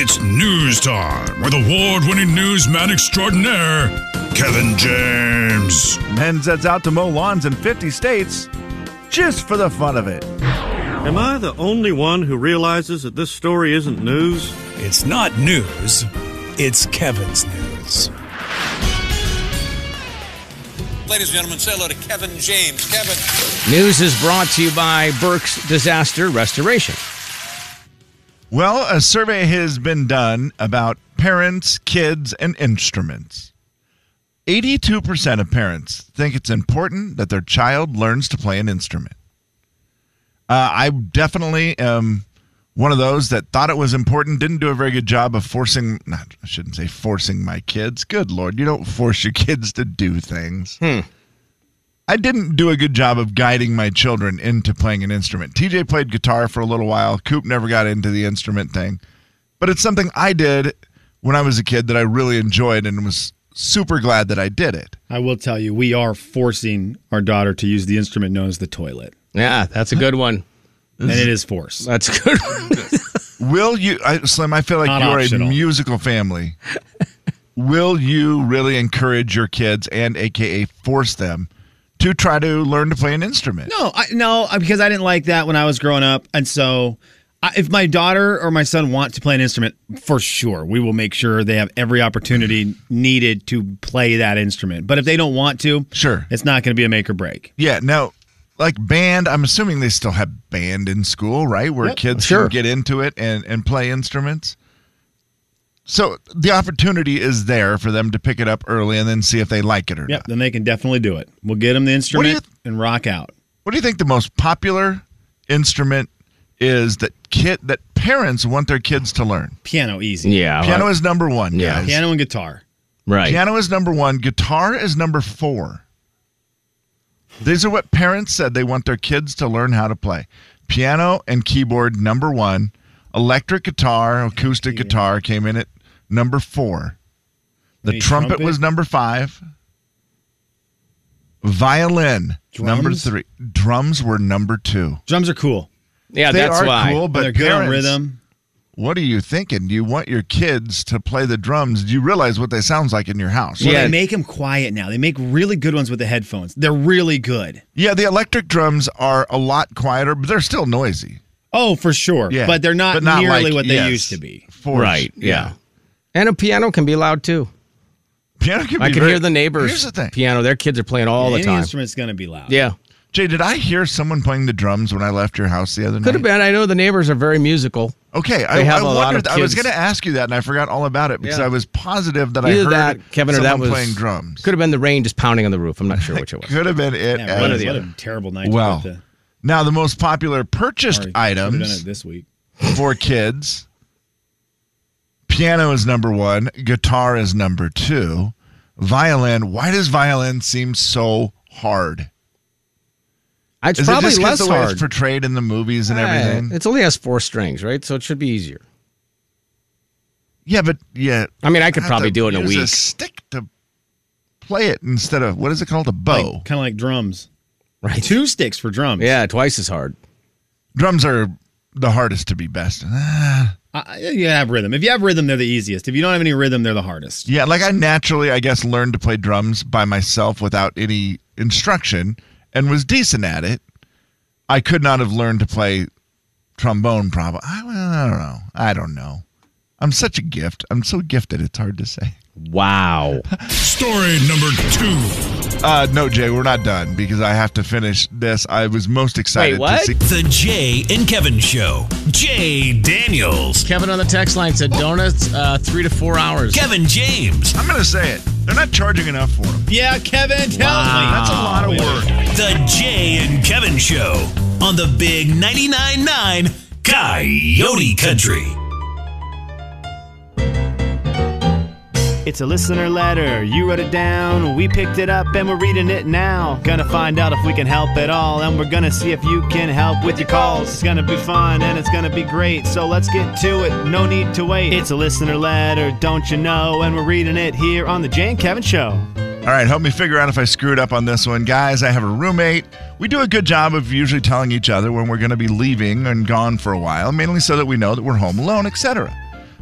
It's news time with award winning newsman extraordinaire, Kevin James. Men sets out to mow lawns in 50 states just for the fun of it. Am I the only one who realizes that this story isn't news? It's not news, it's Kevin's news. Ladies and gentlemen, say hello to Kevin James. Kevin. News is brought to you by Burke's Disaster Restoration. Well, a survey has been done about parents, kids, and instruments. 82% of parents think it's important that their child learns to play an instrument. Uh, I definitely am one of those that thought it was important, didn't do a very good job of forcing, not, I shouldn't say forcing my kids. Good Lord, you don't force your kids to do things. I didn't do a good job of guiding my children into playing an instrument. TJ played guitar for a little while. Coop never got into the instrument thing. But it's something I did when I was a kid that I really enjoyed and was super glad that I did it. I will tell you, we are forcing our daughter to use the instrument known as the toilet, Yeah, that's a good one. and it is force. That's a good one. Will you, I, Slim, I feel like Not you're optional. a musical family. Will you really encourage your kids and AKA force them to try to learn to play an instrument? No, I, no, I- because I didn't like that when I was growing up, and so I, if my daughter or my son wants to play an instrument, for sure we will make sure they have every opportunity needed to play that instrument. But if they don't want to, Sure. it's not going to be a make or break. Yeah, no. Like band, I'm assuming they still have band in school, right? Where kids Sure. can get into it and, and play instruments. So the opportunity is there for them to pick it up early and then see if they like it or Yep, not. then they can definitely do it. We'll get them the instrument and rock out. What do you think the most popular instrument is that kid that parents want their kids to learn? Piano, easy. Yeah. Piano well, is number one, Yeah. guys. piano and guitar. right. Piano is number one. Guitar is number four. These are what parents said they want their kids to learn how to play. Piano and keyboard, number one. Electric guitar, acoustic guitar came in at number four. The Any trumpet, trumpet? was number five. Violin, number Drums? three. Drums were number two. Drums are cool. yeah, they that's are why. cool, Oh, but They're good on parents, rhythm. what are you thinking? You want your kids to play the drums? Do you realize what they sounds like in your house? Well, Yeah. they make them quiet now. They make really good ones with the headphones. They're really good. Yeah, the electric drums are a lot quieter, but they're still noisy. Oh, for sure. Yeah, but they're not, but nearly like- what they yes, used to be. forced. Right. Yeah. And a piano can be loud too. piano can I be can very- hear the neighbors. Here's the thing, Piano. Their kids are playing all Any the time. instrument's gonna be loud. Yeah. Jay. Did I hear someone playing the drums when I left your house the other Could have night? been. I know the neighbors are very musical. Okay, I, They have I a lot wondered. of I was kids. going to ask you that, and I forgot all about it because Yeah. I was positive that I Either heard that, Kevin, or someone that was playing drums. Could have been the rain just pounding on the roof. I'm not sure which it was. Could have been it. Yeah, as what, or a, the what other. a terrible night. to well, put the- now the most popular purchased sorry, should've done items it this week. for kids. Piano is number one, guitar is number two, violin. Why does violin seem so hard? It's Is probably it just 'cause less the way hard. it's portrayed in the movies and Yeah, everything? It's only has four strings, right? So it should be easier. yeah, but yeah, I mean, I could have probably to do it in a use week. stick to play it instead of what is it called, a bow? Kind of like drums. Oh. Right. Two sticks for drums. Yeah, twice as hard. Drums are the hardest to be best. Ah, I, you gotta have rhythm. If you have rhythm, they're the easiest. If you don't have any rhythm, they're the hardest. Yeah, like I naturally, I guess, learned to play drums by myself without any instruction and was decent at it. I could not have learned to play trombone, probably. I, well, I don't know. I don't know. I'm such a gift. I'm so gifted, it's hard to say. Wow. Story number two. Uh, no, Jay, we're not done because I have to finish this. I was most excited to what? see. The Jay and Kevin Show. Jay Daniels. Kevin on the text line said donuts uh, three to four hours. Kevin James. I'm going to say it. They're not charging enough for them. Yeah, Kevin, tell me. That's a lot of work. The Jay and Kevin Show on the Big 99.9 9 Coyote Country. It's a listener letter. You wrote it down. We picked it up and we're reading it now. Gonna find out if we can help at all. And we're gonna see if you can help with your calls. It's gonna be fun and it's gonna be great. So let's get to it. No need to wait. It's a listener letter, don't you know? And we're reading it here on The Jane Kevin Show. All right, help me figure out if I screwed up on this one. Guys, I have a roommate. We do a good job of usually telling each other when we're going to be leaving and gone for a while, mainly so that we know that we're home alone, etc.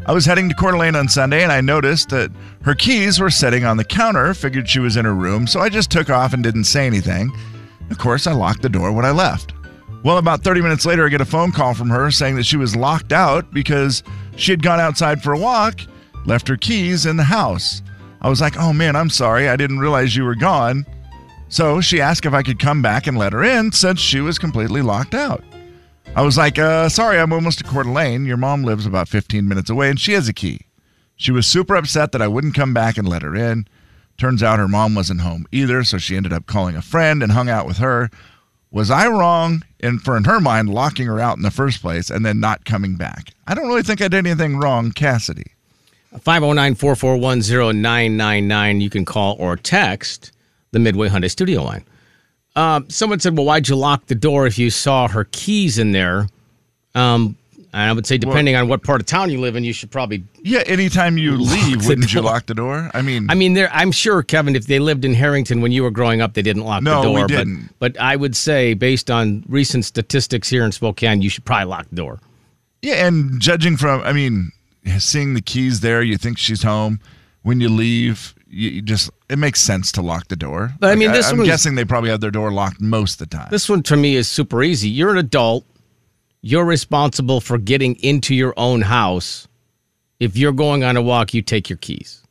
I was heading to Coeur d'Alene on Sunday and I noticed that her keys were sitting on the counter. Figured she was in her room, so I just took off and didn't say anything. Of course, I locked the door when I left. Well, about 30 minutes later, I get a phone call from her saying that she was locked out because she had gone outside for a walk, left her keys in the house. I was like, oh man, I'm sorry. I didn't realize you were gone. So she asked if I could come back and let her in since she was completely locked out. I was like, uh, sorry, I'm almost to Coeur d'Alene. Your mom lives about 15 minutes away and she has a key. She was super upset that I wouldn't come back and let her in. Turns out her mom wasn't home either, so she ended up calling a friend and hung out with her. Was I wrong in for in her mind locking her out in the first place and then not coming back? I don't really think I did anything wrong, Cassidy. 509-441-0999. You can call or text the Midway Hyundai Studio line. Um, someone said, "Well, why'd you lock the door if you saw her keys in there?" Um, I would say, depending on what part of town you live in, you should probably. Yeah, anytime you Lock leave, the wouldn't you door. lock the door? I mean, I mean, there. I'm sure, Kevin, if they lived in Harrington when you were growing up, they didn't lock No, the we door. but- didn't. But, I would say, based on recent statistics here in Spokane, you should probably lock the door. Yeah, and judging from, I mean, seeing the keys there, you think she's home. When you leave, you, you just it makes sense to lock the door. But, I mean, this I'm one's- guessing they probably have their door locked most of the time. This one to me is super easy. You're an adult. You're responsible for getting into your own house. If you're going on a walk, you take your keys.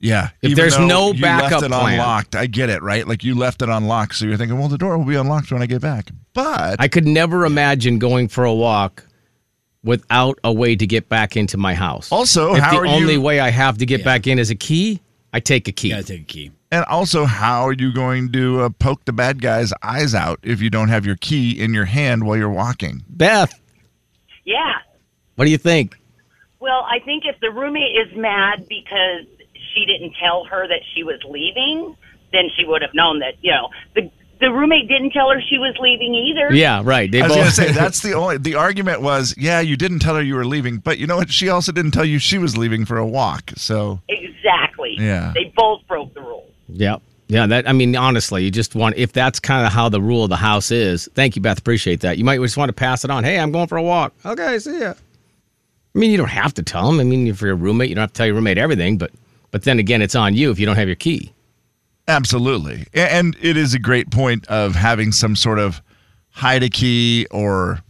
yeah, If even there's though no you backup left it plan. unlocked. I get it, right? Like you left it unlocked, so you're thinking, well, the door will be unlocked when I get back. But I could never imagine going for a walk without a way to get back into my house. Also, if how the are only you- way I have to get back in is a key, I take a key. You gotta take a key. and also, how are you going to uh, poke the bad guy's eyes out if you don't have your key in your hand while you're walking? Beth, Yeah. what do you think? Well, I think if the roommate is mad because she didn't tell her that she was leaving, then she would have known that, you know, the the roommate didn't tell her she was leaving either. Yeah, right. They I was both going to say that's the only. The argument was, yeah, you didn't tell her you were leaving, but you know what? She also didn't tell you she was leaving for a walk. So Exactly. Yeah. They both broke the rules. Yeah. Yeah, that I mean, honestly, you just want if that's kind of how the rule of the house is. Thank you, Beth. Appreciate that. You might just want to pass it on. Hey, I'm going for a walk. Okay, see ya. I mean, you don't have to tell them. I mean, if you're a roommate, you don't have to tell your roommate everything. But but then again, it's on you if you don't have your key. absolutely, A- and it is a great point of having some sort of hide a key or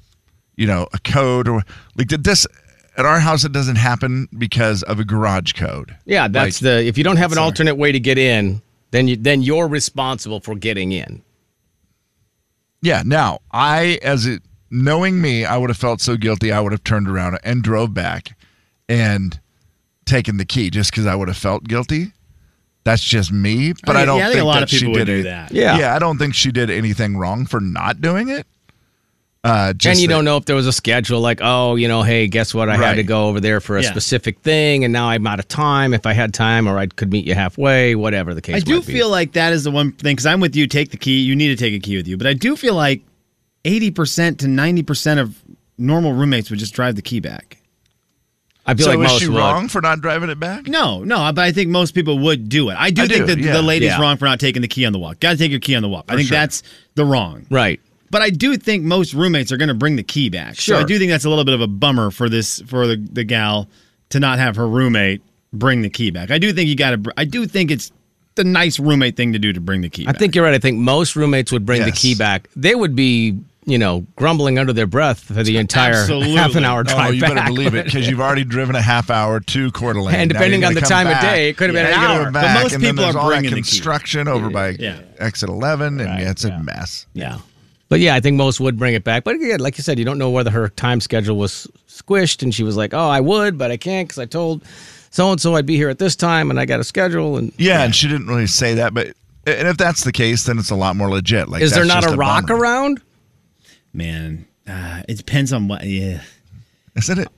you know a code or like did this at our house. It doesn't happen because of a garage code. Yeah, that's the if you don't have an alternate way to get in, then you then you're responsible for getting in. Yeah. Now, I, as it, knowing me, I would have felt so guilty. I would have turned around and drove back and taken the key just because I would have felt guilty. That's just me. But I, think- don't yeah, I think, think a lot that of people she would did do any- that. Yeah. Yeah. I don't think she did anything wrong for not doing it. Uh, just and you that- don't know if there was a schedule like, oh, you know, hey, guess what? I had to Right. go over there for a Yeah. specific thing, and now I'm out of time. If I had time, or I could meet you halfway, whatever the case. I do might be. feel like that is the one thing because I'm with you. Take the key. You need to take a key with you. But I do feel like 80% to 90% of normal roommates would just drive the key back. I feel So like was most she would. wrong for not driving it back? No, no, but I think most people would do it. I do I think do, that yeah. the lady's Yeah. wrong for not taking the key on the walk. Got to take your key on the walk. I think sure. that's the wrong. Right. But I do think most roommates are going to bring the key back. Sure. So I do think that's a little bit of a bummer for this for the, the gal to not have her roommate bring the key back. I do think you got to. I do think it's the nice roommate thing to do to bring the key. I think you're right. I think most roommates would bring the Yes. key back. They would be, you know, grumbling under their breath for the entire Absolutely. half an hour drive Oh, you back. better believe it because you've already driven a half hour to Coeur d'Alene. And Now depending you're on gonna the come time of back, day, it could have been you're an gonna hour. go But back, most and then people there's are all that bringing the key. construction over by Yeah. exit 11, and yeah, it's a mess. Yeah. But yeah, I think most would bring it back. But again, like you said, you don't know whether her time schedule was squished and she was like, oh, I would, but I can't because I told so and so I'd be here at this time and I got a schedule. And Yeah, and she didn't really say that, but and if that's the case, then it's a lot more legit. Like, is there that's not just a rock bummer. around? man, uh, it depends on what. Yeah. Isn't it?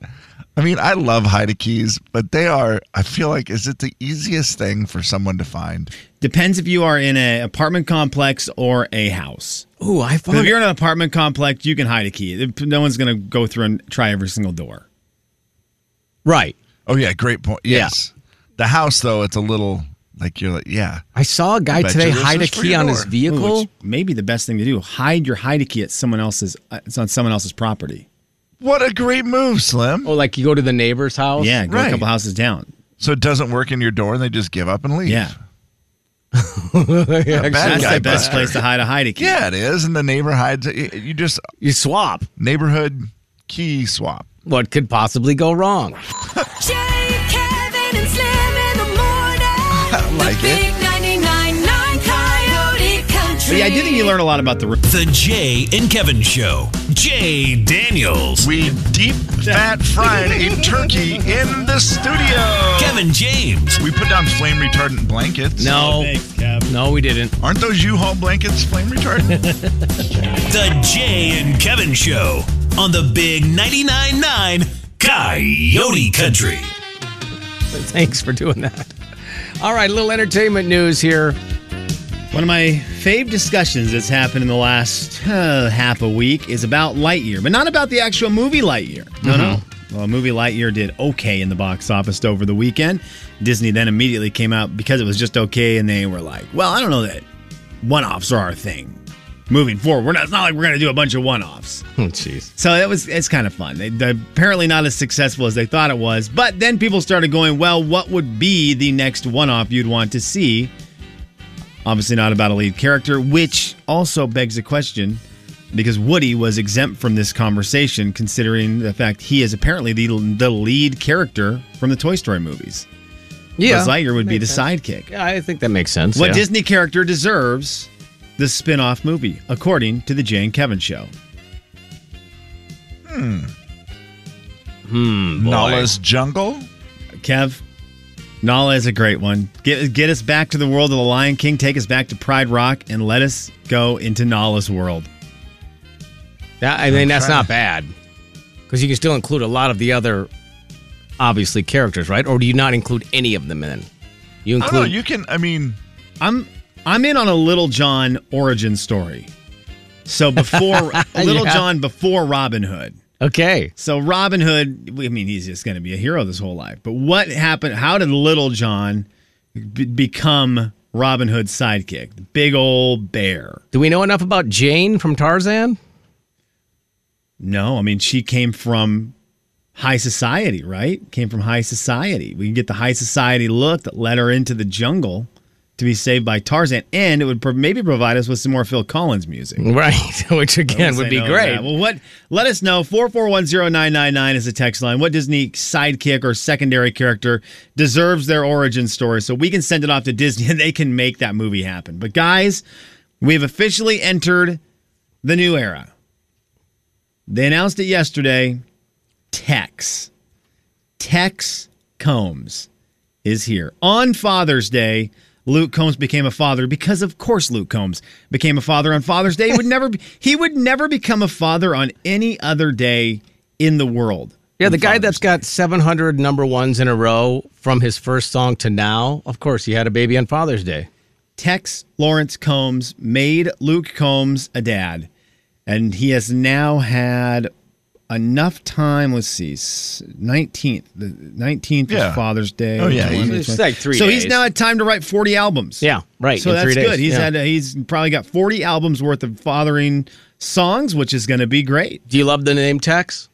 I mean, I love Heidi Keys, but they are. I feel like is it the easiest thing for someone to find? Depends if you are in an apartment complex or a house. Ooh, I found 'Cause If you're in an apartment complex, you can hide a key. No one's going to go through and try every single door. Right. Oh yeah, great point. Yes, the house though, it's a little like you're like yeah. I saw a guy bet today you this hide a is for key your on his door. Ooh, Ooh, vehicle. Which may be the best thing to do. Hide your hide a key at someone else's. uh, It's on someone else's property. What a great move, Slim. Oh, like you go to the neighbor's house? Yeah, go Right. a couple houses down. So it doesn't work in your door and they just give up and leave. Yeah. Actually, bad That's guy the best buster. place to hide a hide key. Yeah, it is. And the neighbor hides it. You just You swap. neighborhood key swap. What could possibly go wrong? Jay, Kevin, and Slim in the morning. I like the it. Big 99.9 Coyote Country. But yeah, I do think you learn a lot about the room. The Jay and Kevin Show. Jay Daniels. We deep fat fried a turkey in the studio. Kevin James. We put down flame retardant blankets. No. No, we didn't. Aren't those U-Haul blankets flame retardant? The Jay and Kevin Show on the Big 99.9 9 Coyote Country. Thanks for doing that. All right, a little entertainment news here. One of my fave discussions that's happened in the last uh, half a week is about Lightyear, but not about the actual movie Lightyear. No, no. Well, movie Lightyear did okay in the box office over the weekend. Disney then immediately came out because it was just okay, and they were like, "Well, I don't know that one-offs are our thing. Moving forward, we're not. It's not like we're going to do a bunch of one-offs." Oh, jeez. So it was it's kind of fun. They, they're apparently not as successful as they thought it was, but then people started going, well, what would be the next one-off you'd want to see? Obviously not about a lead character, which also begs a question because Woody was exempt from this conversation considering the fact he is apparently the the lead character from the Toy Story movies. Yeah. Buzz Lightyear would be the sidekick. yeah, I think that makes sense. What yeah. Disney character deserves the spin-off movie, according to the Jay and Kevin show? Nala's jungle. Kev, Nala is a great one. Get get us back to the world of the Lion King. Take us back to Pride Rock and let us go into Nala's world. That, I mean, that's not bad because you can still include a lot of the other, obviously, characters, right? Or do you not include any of them then? You I don't know. include You can. I mean, I'm I'm in on a Little John origin story. So before Little Yeah. John before Robin Hood. okay. So Robin Hood, I mean, he's just going to be a hero this whole life. But what happened? How did Little John b- become Robin Hood's sidekick, the big old bear? Do we know enough about Jane from Tarzan? No, I mean she came from high society, right? Came from high society. We can get the high society look that led her into the jungle to be saved by Tarzan, and it would pro- maybe provide us with some more Phil Collins music. Right, which again We'll say would be no to great. that. Well, what? Let us know. Four four one zero nine nine nine is the text line. What Disney sidekick or secondary character deserves their origin story? So we can send it off to Disney and they can make that movie happen. But guys, we've officially entered the new era. They announced it yesterday. Tex, Tex Combs is here. On Father's Day, Luke Combs became a father because of course Luke Combs became a father on Father's Day. He would never be- he would never become a father on any other day in the world. yeah, the guy that's got 700 number ones in a row from his first song to now, of course, he had a baby on Father's Day. Tex Lawrence Combs made Luke Combs a dad, and he has now had enough time. Let's see, nineteenth, the nineteenth Yeah. was Father's Day. Oh, yeah, 20, It's like three So he's days. now had time to write forty albums. Yeah, right. So in that's three days. good. He's yeah. had he's probably got forty albums worth of fathering songs, which is going to be great. Do you love the name Tex?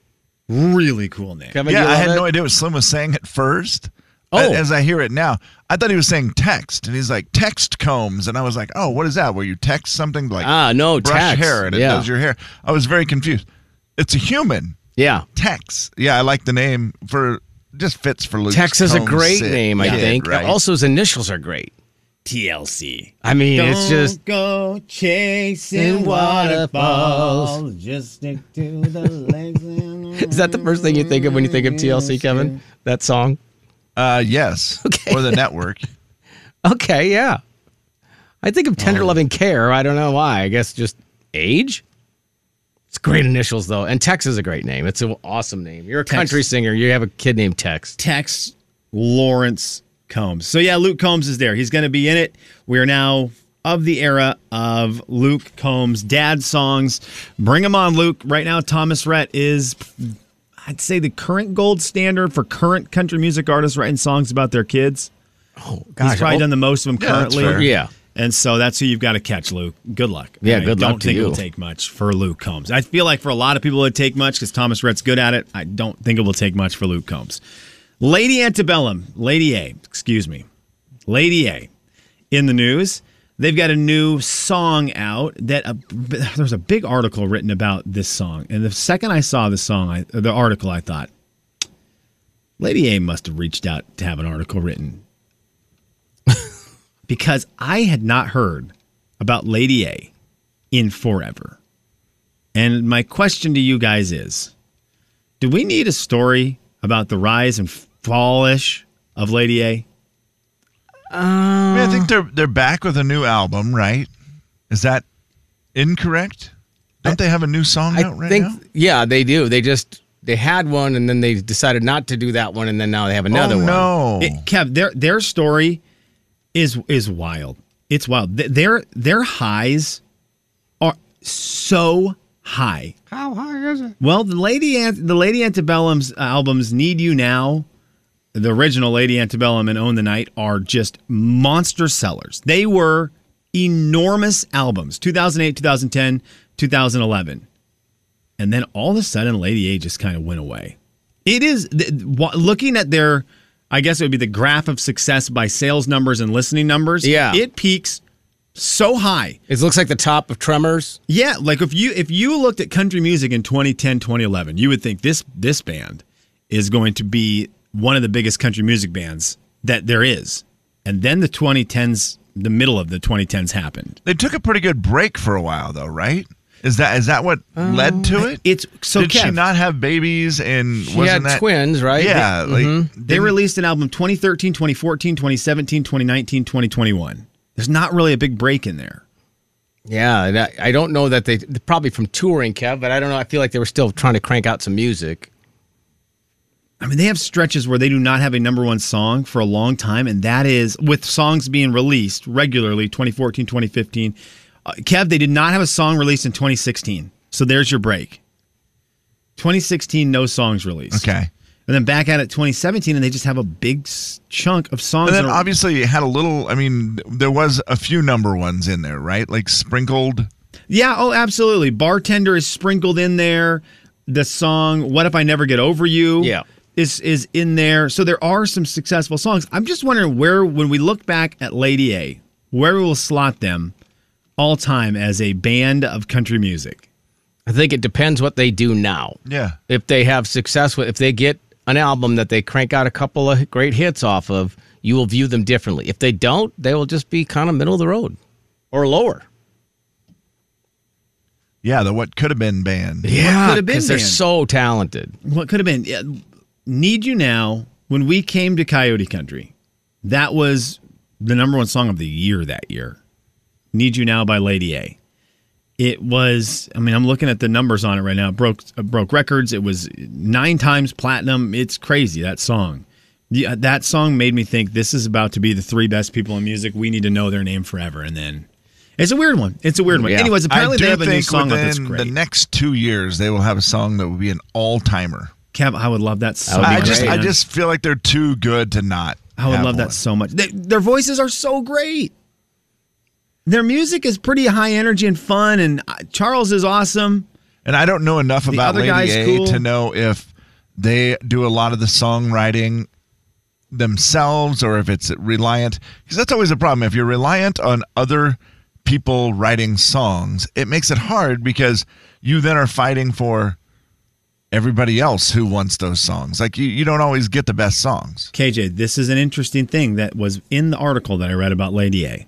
Really cool name. Kevin, yeah, you I love had it? no idea what Slim was saying at first. Oh. A- As I hear it now, I thought he was saying text, and he's like text combs, and I was like, "Oh, what is that? Where you text something like Ah, no, brush text. hair and it Yeah. does your hair?" I was very confused. It's a human Yeah. text. Yeah, I like the name for just fits for Luke. Tex is a great name, I think. Right. Also, his initials are great. TLC. I mean, Don't it's just go chasing In waterfalls. waterfalls. Just stick to the legs. and- Is that the first thing you think of when you think of TLC, Kevin? That song? uh, yes, Okay. or the network. Okay, yeah. I think of Oh. Tender Loving Care. I don't know why. I guess just age? It's great initials, though. And Tex is a great name. It's an awesome name. You're a country singer. You have a kid named Tex. Tex Lawrence Combs. So yeah, Luke Combs is there. He's going to be in it. We are now of the era of Luke Combs dad songs. Bring him on, Luke. Right now, Thomas Rhett is. I'd say the current gold standard for current country music artists writing songs about their kids. Oh, He's probably done the most of them Oh, Yeah, that's currently. fair. Yeah. And so that's who you've got to catch, Luke. Good luck. Yeah, I good luck don't to think you. it'll take much for Luke Combs. I feel like for a lot of people it would take much because Thomas Rhett's good at it. I don't think it will take much for Luke Combs. Lady Antebellum, Lady A, excuse me. Lady A in the news. They've got a new song out that uh, there was a big article written about this song. And the second I saw the song, I, the article, I thought, Lady A must have reached out to have an article written because I had not heard about Lady A in forever. And my question to you guys is do we need a story about the rise and fallish of Lady A? I, mean, I think they're they're back with a new album, right? Is that incorrect? Don't they have a new song I out right think now? yeah, they do. They just they had one and then they decided not to do that one and then now they have another oh, one. No. It, Kev, their their story is is wild. It's wild. Th- Their their highs are so high. How high is it? Well, the lady Ant- the lady Antebellum's uh, albums "Need You Now," the original Lady Antebellum and "Own the Night" are just monster sellers. They were enormous albums. 2008, 2010, 2011, and then all of a sudden, Lady A just kind of went away. It is th- wa- looking at their, I guess it would be the graph of success by sales numbers and listening numbers. Yeah. it peaks so high. It looks like the top of Tremors. Yeah, like if you if you looked at country music in 2010, 2011, you would think this this band is going to be one of the biggest country music bands that there is. And then the 2010s, the middle of the 2010s happened. They took a pretty good break for a while, though, right? Is that is that what led to it? Um, It's so Did she Kev, not have babies? And She wasn't had that twins, right? Yeah, They- like they released an album 2013, 2014, 2017, 2019, 2021. There's not really a big break in there. Yeah, and I, I don't know that they probably from touring, Kev, but I don't know. I feel like they were still trying to crank out some music. I mean, they have stretches where they do not have a number one song for a long time, and that is with songs being released regularly 2014, 2015. Uh, Kev, they did not have a song released in 2016. So there's your break. 2016, no songs released. okay. And then back out at 2017, and they just have a big s- chunk of songs. And then that are- obviously it had a little. I mean, there was a few number ones in there, right? Like sprinkled. yeah, oh, absolutely. Bartender is sprinkled in there. The song "What If I Never Get Over You" Yeah. is is in there. So there are some successful songs. I'm just wondering where, when we look back at Lady A, where we will slot them all time as a band of country music. I think it depends what they do now. Yeah. If they have success with, if they get an album that they crank out a couple of great hits off of, you will view them differently. If they don't, they will just be kind of middle of the road or lower. Yeah, the what could have been band. could have been because they're band? so talented. What could have been yeah, "Need You Now" when we came to Coyote Country. That was the number one song of the year that year. "Need You Now" by Lady A. It was. I mean, I'm looking at the numbers on it right now. It broke it broke records. It was nine times platinum. It's crazy that song. Yeah, that song made me think this is about to be the three best people in music. We need to know their name forever. And then it's a weird one. It's a weird one. Yeah. Anyways, apparently I do they have a think new song out within that's great. the next two years they will have a song that will be an all timer. Kev, I would love that so would be I much, just I man. just feel like they're too good to not. I would have love one. that so much. They, their voices are so great. Their music is pretty high energy and fun, and uh, Charles is awesome. And I don't know enough about other Lady guy's A cool. to know if they do a lot of the songwriting themselves or if it's reliant. Because that's always a problem. If you're reliant on other people writing songs, it makes it hard because you then are fighting for everybody else who wants those songs. Like you, you don't always get the best songs. KJ, this is an interesting thing that was in the article that I read about Lady A.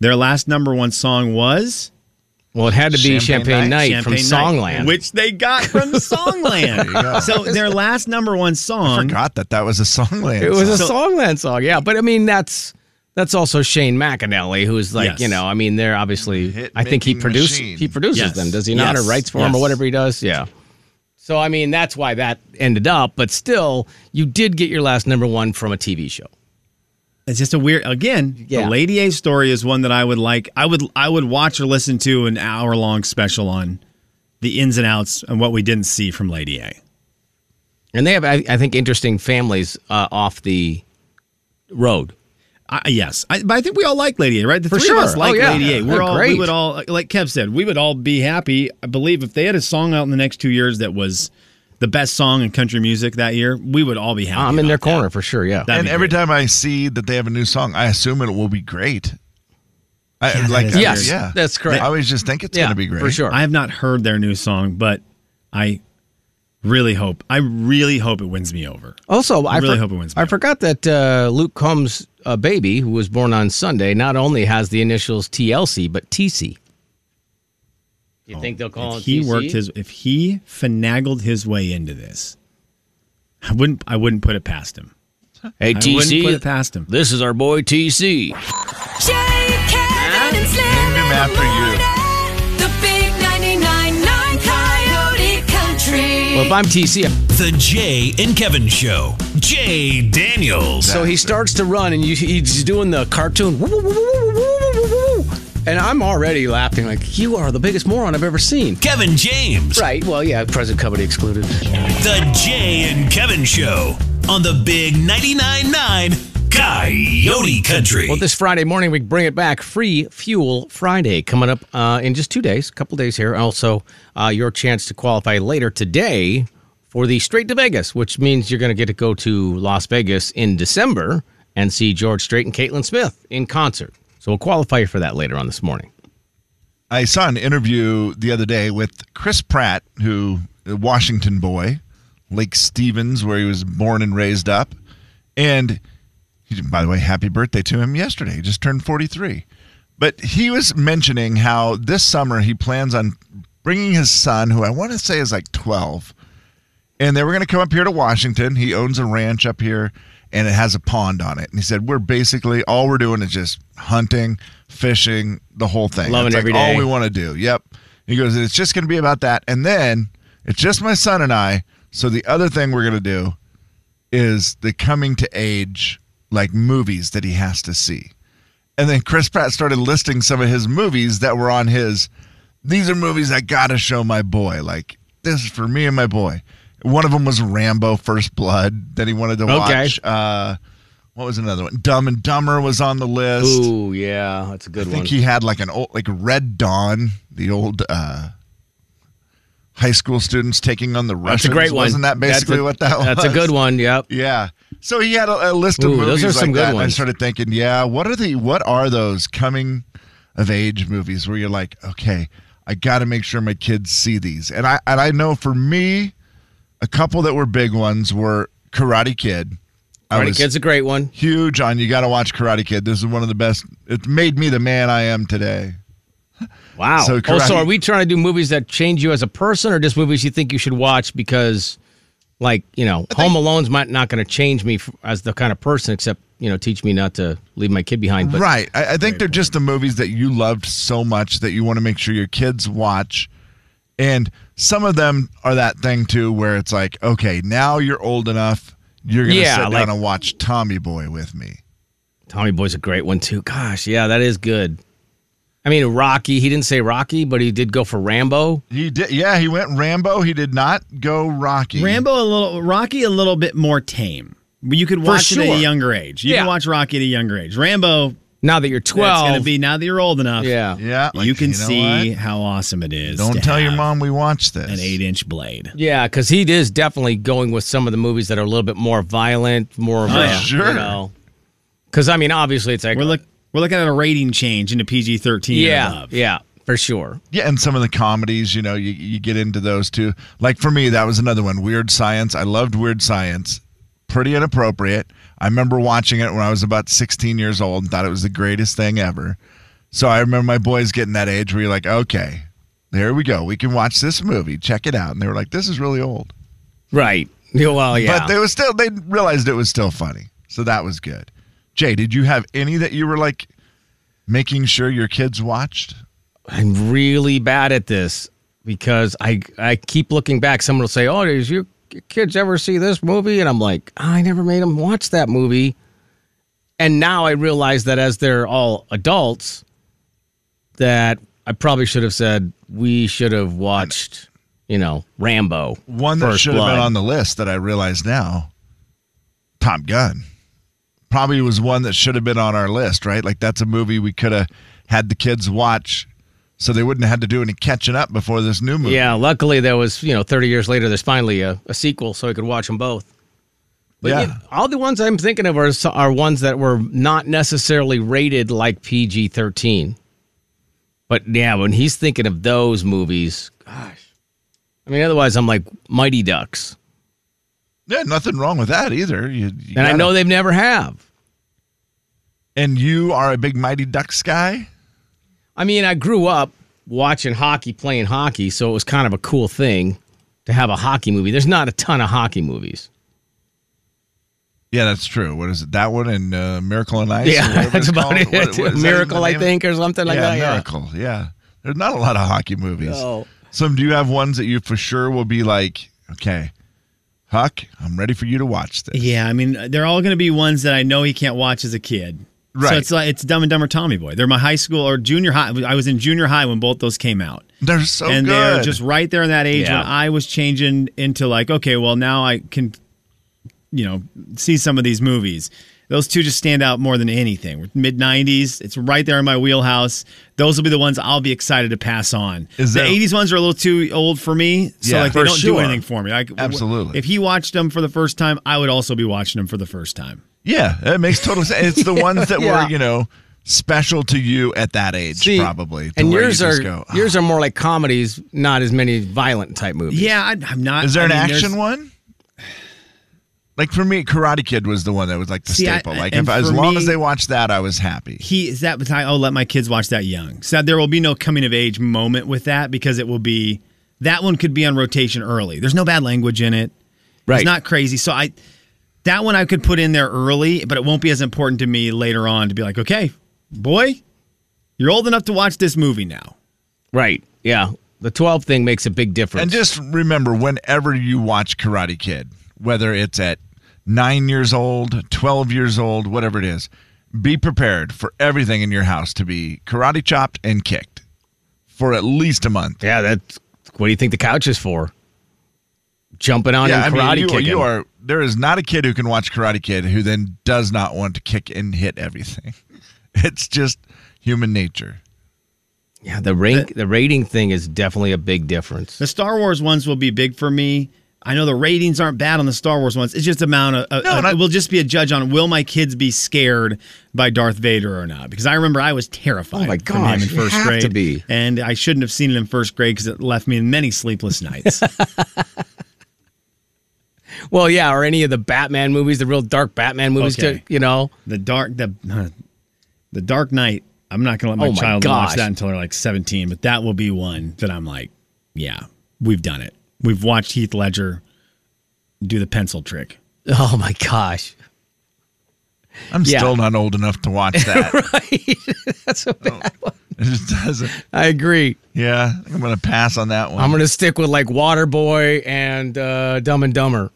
Their last number one song was Well, it had to be Champagne Champagne, Night, from Champagne Night, Songland. which they got from Songland. so their last number one I song forgot that that was a songland. Um, It was song. a Songland song, yeah. But I mean, that's that's also Shane McAnally, who's like, Yes. you know, I mean, they're obviously. I think he Hit-making produces machine. he produces Yes. them, does he not, Yes. or writes for them, Yes. or whatever he does, yeah. So I mean, that's why that ended up. But still, you did get your last number one from a TV show. It's just a weird again. Yeah. The Lady A story is one that I would like. I would I would watch or listen to an hour long special on the ins and outs and what we didn't see from Lady A. And they have, I, I think, interesting families uh, off the road. I, yes, I, but I think we all like Lady A, right? The For three sure. of us like Oh, yeah. Lady A. We're They're all we great. would all like Kev said, we would all be happy. I believe if they had a song out in the next two years that was the best song in country music that year, we would all be happy. I'm in about their that. corner for sure. Yeah. That'd and be every great. time I see that they have a new song, I assume it will be great. I, that like is I- Yes, yeah, that's correct. I always just think it's yeah, going to be great for sure. I have not heard their new song, but I really hope. I really hope it wins me over. Also, I, really hope it wins me I over. forgot that uh, Luke Combs' uh, baby, who was born on Sunday, not only has the initials TLC but TC. You think they'll call it if Oh, he TC? worked his if he finagled his way into this i wouldn't i wouldn't put it past him Hey i wouldn't put it past him This is our boy TC. Jay, Kevin, and Slim Named him in the after you. morning. The big 99.9 Coyote Country. Well, if I'm TC, I'm- The Jay and Kevin Show. Jay Daniels. so he starts to run and you, he's doing the cartoon. "Woo, woo, woo, woo, woo, woo, woo, woo, woo." And I'm already laughing like, you are the biggest moron I've ever seen. Kevin James. Right. Well, yeah, present company excluded. The Jay and Kevin Show on the Big 99.9 Coyote Country. Well, this Friday morning, we bring it back. Free Fuel Friday coming up uh, in just two days, a couple days here. Also, uh, your chance to qualify later today for the Straight to Vegas, which means you're going to get to go to Las Vegas in December and see George Strait and Caitlin Smith in concert. So we'll qualify you for that later on this morning. I saw an interview the other day with Chris Pratt, who a Washington boy, Lake Stevens, where he was born and raised up, and he- by the way, happy birthday to him yesterday. He just turned forty-three. But he was mentioning how this summer he plans on bringing his son, who I want to say is like twelve, and they were going to come up here to Washington. He owns a ranch up here and it has a pond on it. And he said, We're basically all we're doing is just hunting, fishing, the whole thing. Loving That's every like day. all we want to do. Yep. He goes, It's just going to be about that. And then it's just my son and I. So the other thing we're going to do is the coming to age like movies that he has to see. And then Chris Pratt started listing some of his movies that were on his. These are movies I gotta show my boy. Like this is for me and my boy. One of them was Rambo: First Blood that he wanted to Okay. watch. Uh, what was another one? Dumb and Dumber was on the list. Ooh, yeah, that's a good I think he had like an old, like Red Dawn, the old uh, high school students taking on the Russians. that's a great one. Wasn't that That's basically a- what that was? That's a good one. Yep. Yeah. So he had a, a list of Ooh, movies those are some like good that. and I ones. started thinking, yeah, what are the what are those coming of age movies where you're like, okay, I got to make sure my kids see these. And I and I know for me, a couple that were big ones were Karate Kid. I Karate was Kid's a great one. huge on you got to watch Karate Kid. This is one of the best. It made me the man I am today. Wow. So oh, karate- so are we trying to do movies that change you as a person, or just movies you think you should watch because, like, you know, Home Alone's might not going to change me f- as the kind of person, except you know, teach me not to leave my kid behind. But right. I, I think they're just the movies that you loved so much that you want to make sure your kids watch. And some of them are that thing too, where it's like, okay, now you're old enough. You're gonna Yeah, sit down like- and watch Tommy Boy with me. Tommy Boy's a great one too. Gosh, yeah, that is good. I mean, Rocky. He didn't say Rocky, but he did go for Rambo. He did. Yeah, he went Rambo. He did not go Rocky. rambo a little rocky a little bit more tame but you could watch it at sure. a younger age you Yeah. can watch rocky at a younger age rambo Now that you're that's twelve, going to be now that you're old enough yeah, Yeah, like, you can know see what? how awesome it is to Don't tell your have mom we watched this. an eight inch blade yeah, because he is definitely going with some of the movies that are a little bit more violent, more, Oh, yeah. sure. Sure. Because I mean, obviously, it's like we're look we're looking at a rating change into pg-13 and Yeah, above. yeah, for sure. Yeah, and some of the comedies, you know, you, you get into those too. Like for me, that was another one, Weird Science. I loved Weird Science. Pretty inappropriate. I remember watching it when I was about 16 years old and thought it was the greatest thing ever. So I remember my boys getting that age where you're like, okay, there we go. We can watch this movie. Check it out. And they were like, this is really old. Right. Yeah, Well, yeah. But they was still they realized it was still funny. So that was good. Jay, did you have any that you were like making sure your kids watched? I'm really bad at this because I I keep looking back. Someone will say, "Oh, did your kids ever see this movie?" And I'm like, "I never made them watch that movie." And now I realize that as they're all adults, that I probably should have said we should have watched, you know, Rambo. One that First should have been Blood. on the list that I realize now. Top Gun. probably was one that should have been on our list, right? Like that's a movie we could have had the kids watch so they wouldn't have had to do any catching up before this new movie. Yeah, luckily there was, you know, 30 years later, there's finally a, a sequel, so I could watch them both. But Yeah. you- all the ones I'm thinking of are, s- are ones that were not necessarily rated like PG 13. But yeah, when he's thinking of those movies, gosh. I mean, otherwise, I'm like Mighty Ducks. Yeah, nothing wrong with that either. You, you And I gotta- know they've never have. And you are a big Mighty Ducks guy? I mean, I grew up watching hockey, playing hockey, so it was kind of a cool thing to have a hockey movie. There's not a ton of hockey movies. Yeah, that's true. What is it? That one and uh, Miracle on Ice? or Yeah, whatever it's that's called? about it. What- what is that Miracle, the I name of- think, or something like yeah, that, yeah. Miracle. Yeah. There's not a lot of hockey movies. No. Some do you have ones that you for sure will be like, okay, Huck, I'm ready for you to watch this. Yeah, I mean, they're all going to be ones that I know he can't watch as a kid. Right. So it's like it's Dumb and Dumber Tommy Boy. They're my high school or junior high. I was in junior high when both those came out. They're so and Oh, good. they're just right there in that age Yeah. when I was changing into like, okay, well now I can, you know, see some of these movies. Those two just stand out more than anything. Mid '90s, it's right there in my wheelhouse. Those will be the ones I'll be excited to pass on. Is the that- '80s ones are a little too old for me, so Yeah, like they for don't do sure. anything for me. Like, w- Absolutely. If he watched them for the first time, I would also be watching them for the first time. yeah, it makes total sense. It's the ones that Yeah. were, you know, special to you at that age, See, probably. to And where you yours just are go, "Ah." yours are more like comedies, not as many violent type movies. Yeah, I, I'm not. Is there I an mean, there's- action one? Like for me, Karate Kid was the one that was like the See, I- staple. Like and if, as for long me- as they watched that, I was happy. he is that time I'll let my kids watch that young. So there will be no coming of age moment with that because it will be that one could be on rotation early. There's no bad language in it. Right. It's not crazy. So I that one I could put in there early, but it won't be as important to me later on to be like, okay, boy, you're old enough to watch this movie now. right. Yeah. The 12 thing makes a big difference. And just remember, whenever you watch Karate Kid, whether it's at nine years old, twelve years old, whatever it is, be prepared for everything in your house to be karate chopped and kicked for at least a month. yeah, that's what do you think the couch is for? Jumping on and karate you, kicking. you are. There is not a kid who can watch Karate Kid who then does not want to kick and hit everything. It's just human nature. yeah, the rank the rating thing is definitely a big difference. The Star Wars ones will be big for me. I know the ratings aren't bad on the Star Wars ones. It's just amount of uh, No, and I- it will just be a judge on will my kids be scared by Darth Vader or not? Because I remember I was terrified Oh my from him gosh, in you first have grade, to be. and I shouldn't have seen it in first grade because it left me in many sleepless nights. Well, yeah, or any of the Batman movies, the real dark Batman movies, Okay. to, you know. the dark the uh, the Dark Knight. I'm not going to let my, Oh my child gosh. watch that until they're like 17, but that will be one that I'm like, yeah, we've done it. We've watched Heath Ledger do the pencil trick. Oh my gosh. I'm Yeah. still not old enough to watch that. Oh, Right. that's a bad. It just doesn't. I agree. Yeah, I think I'm gonna pass on that one. I'm gonna stick with like Waterboy and uh, Dumb and Dumber.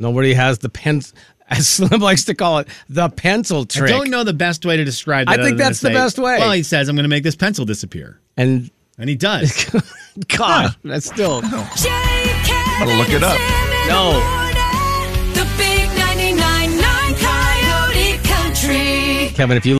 Nobody has the pen, as Slim likes to call it, the pencil trick. I don't know the best way to describe I that. think other than that's to the say, best way. Well, he says, I'm going to make this pencil disappear. And And he does. God, that's still Jay, Kevin, Gotta look it up. and Slim in No. the morning. The big 99.9 Coyote Country. Kevin. If you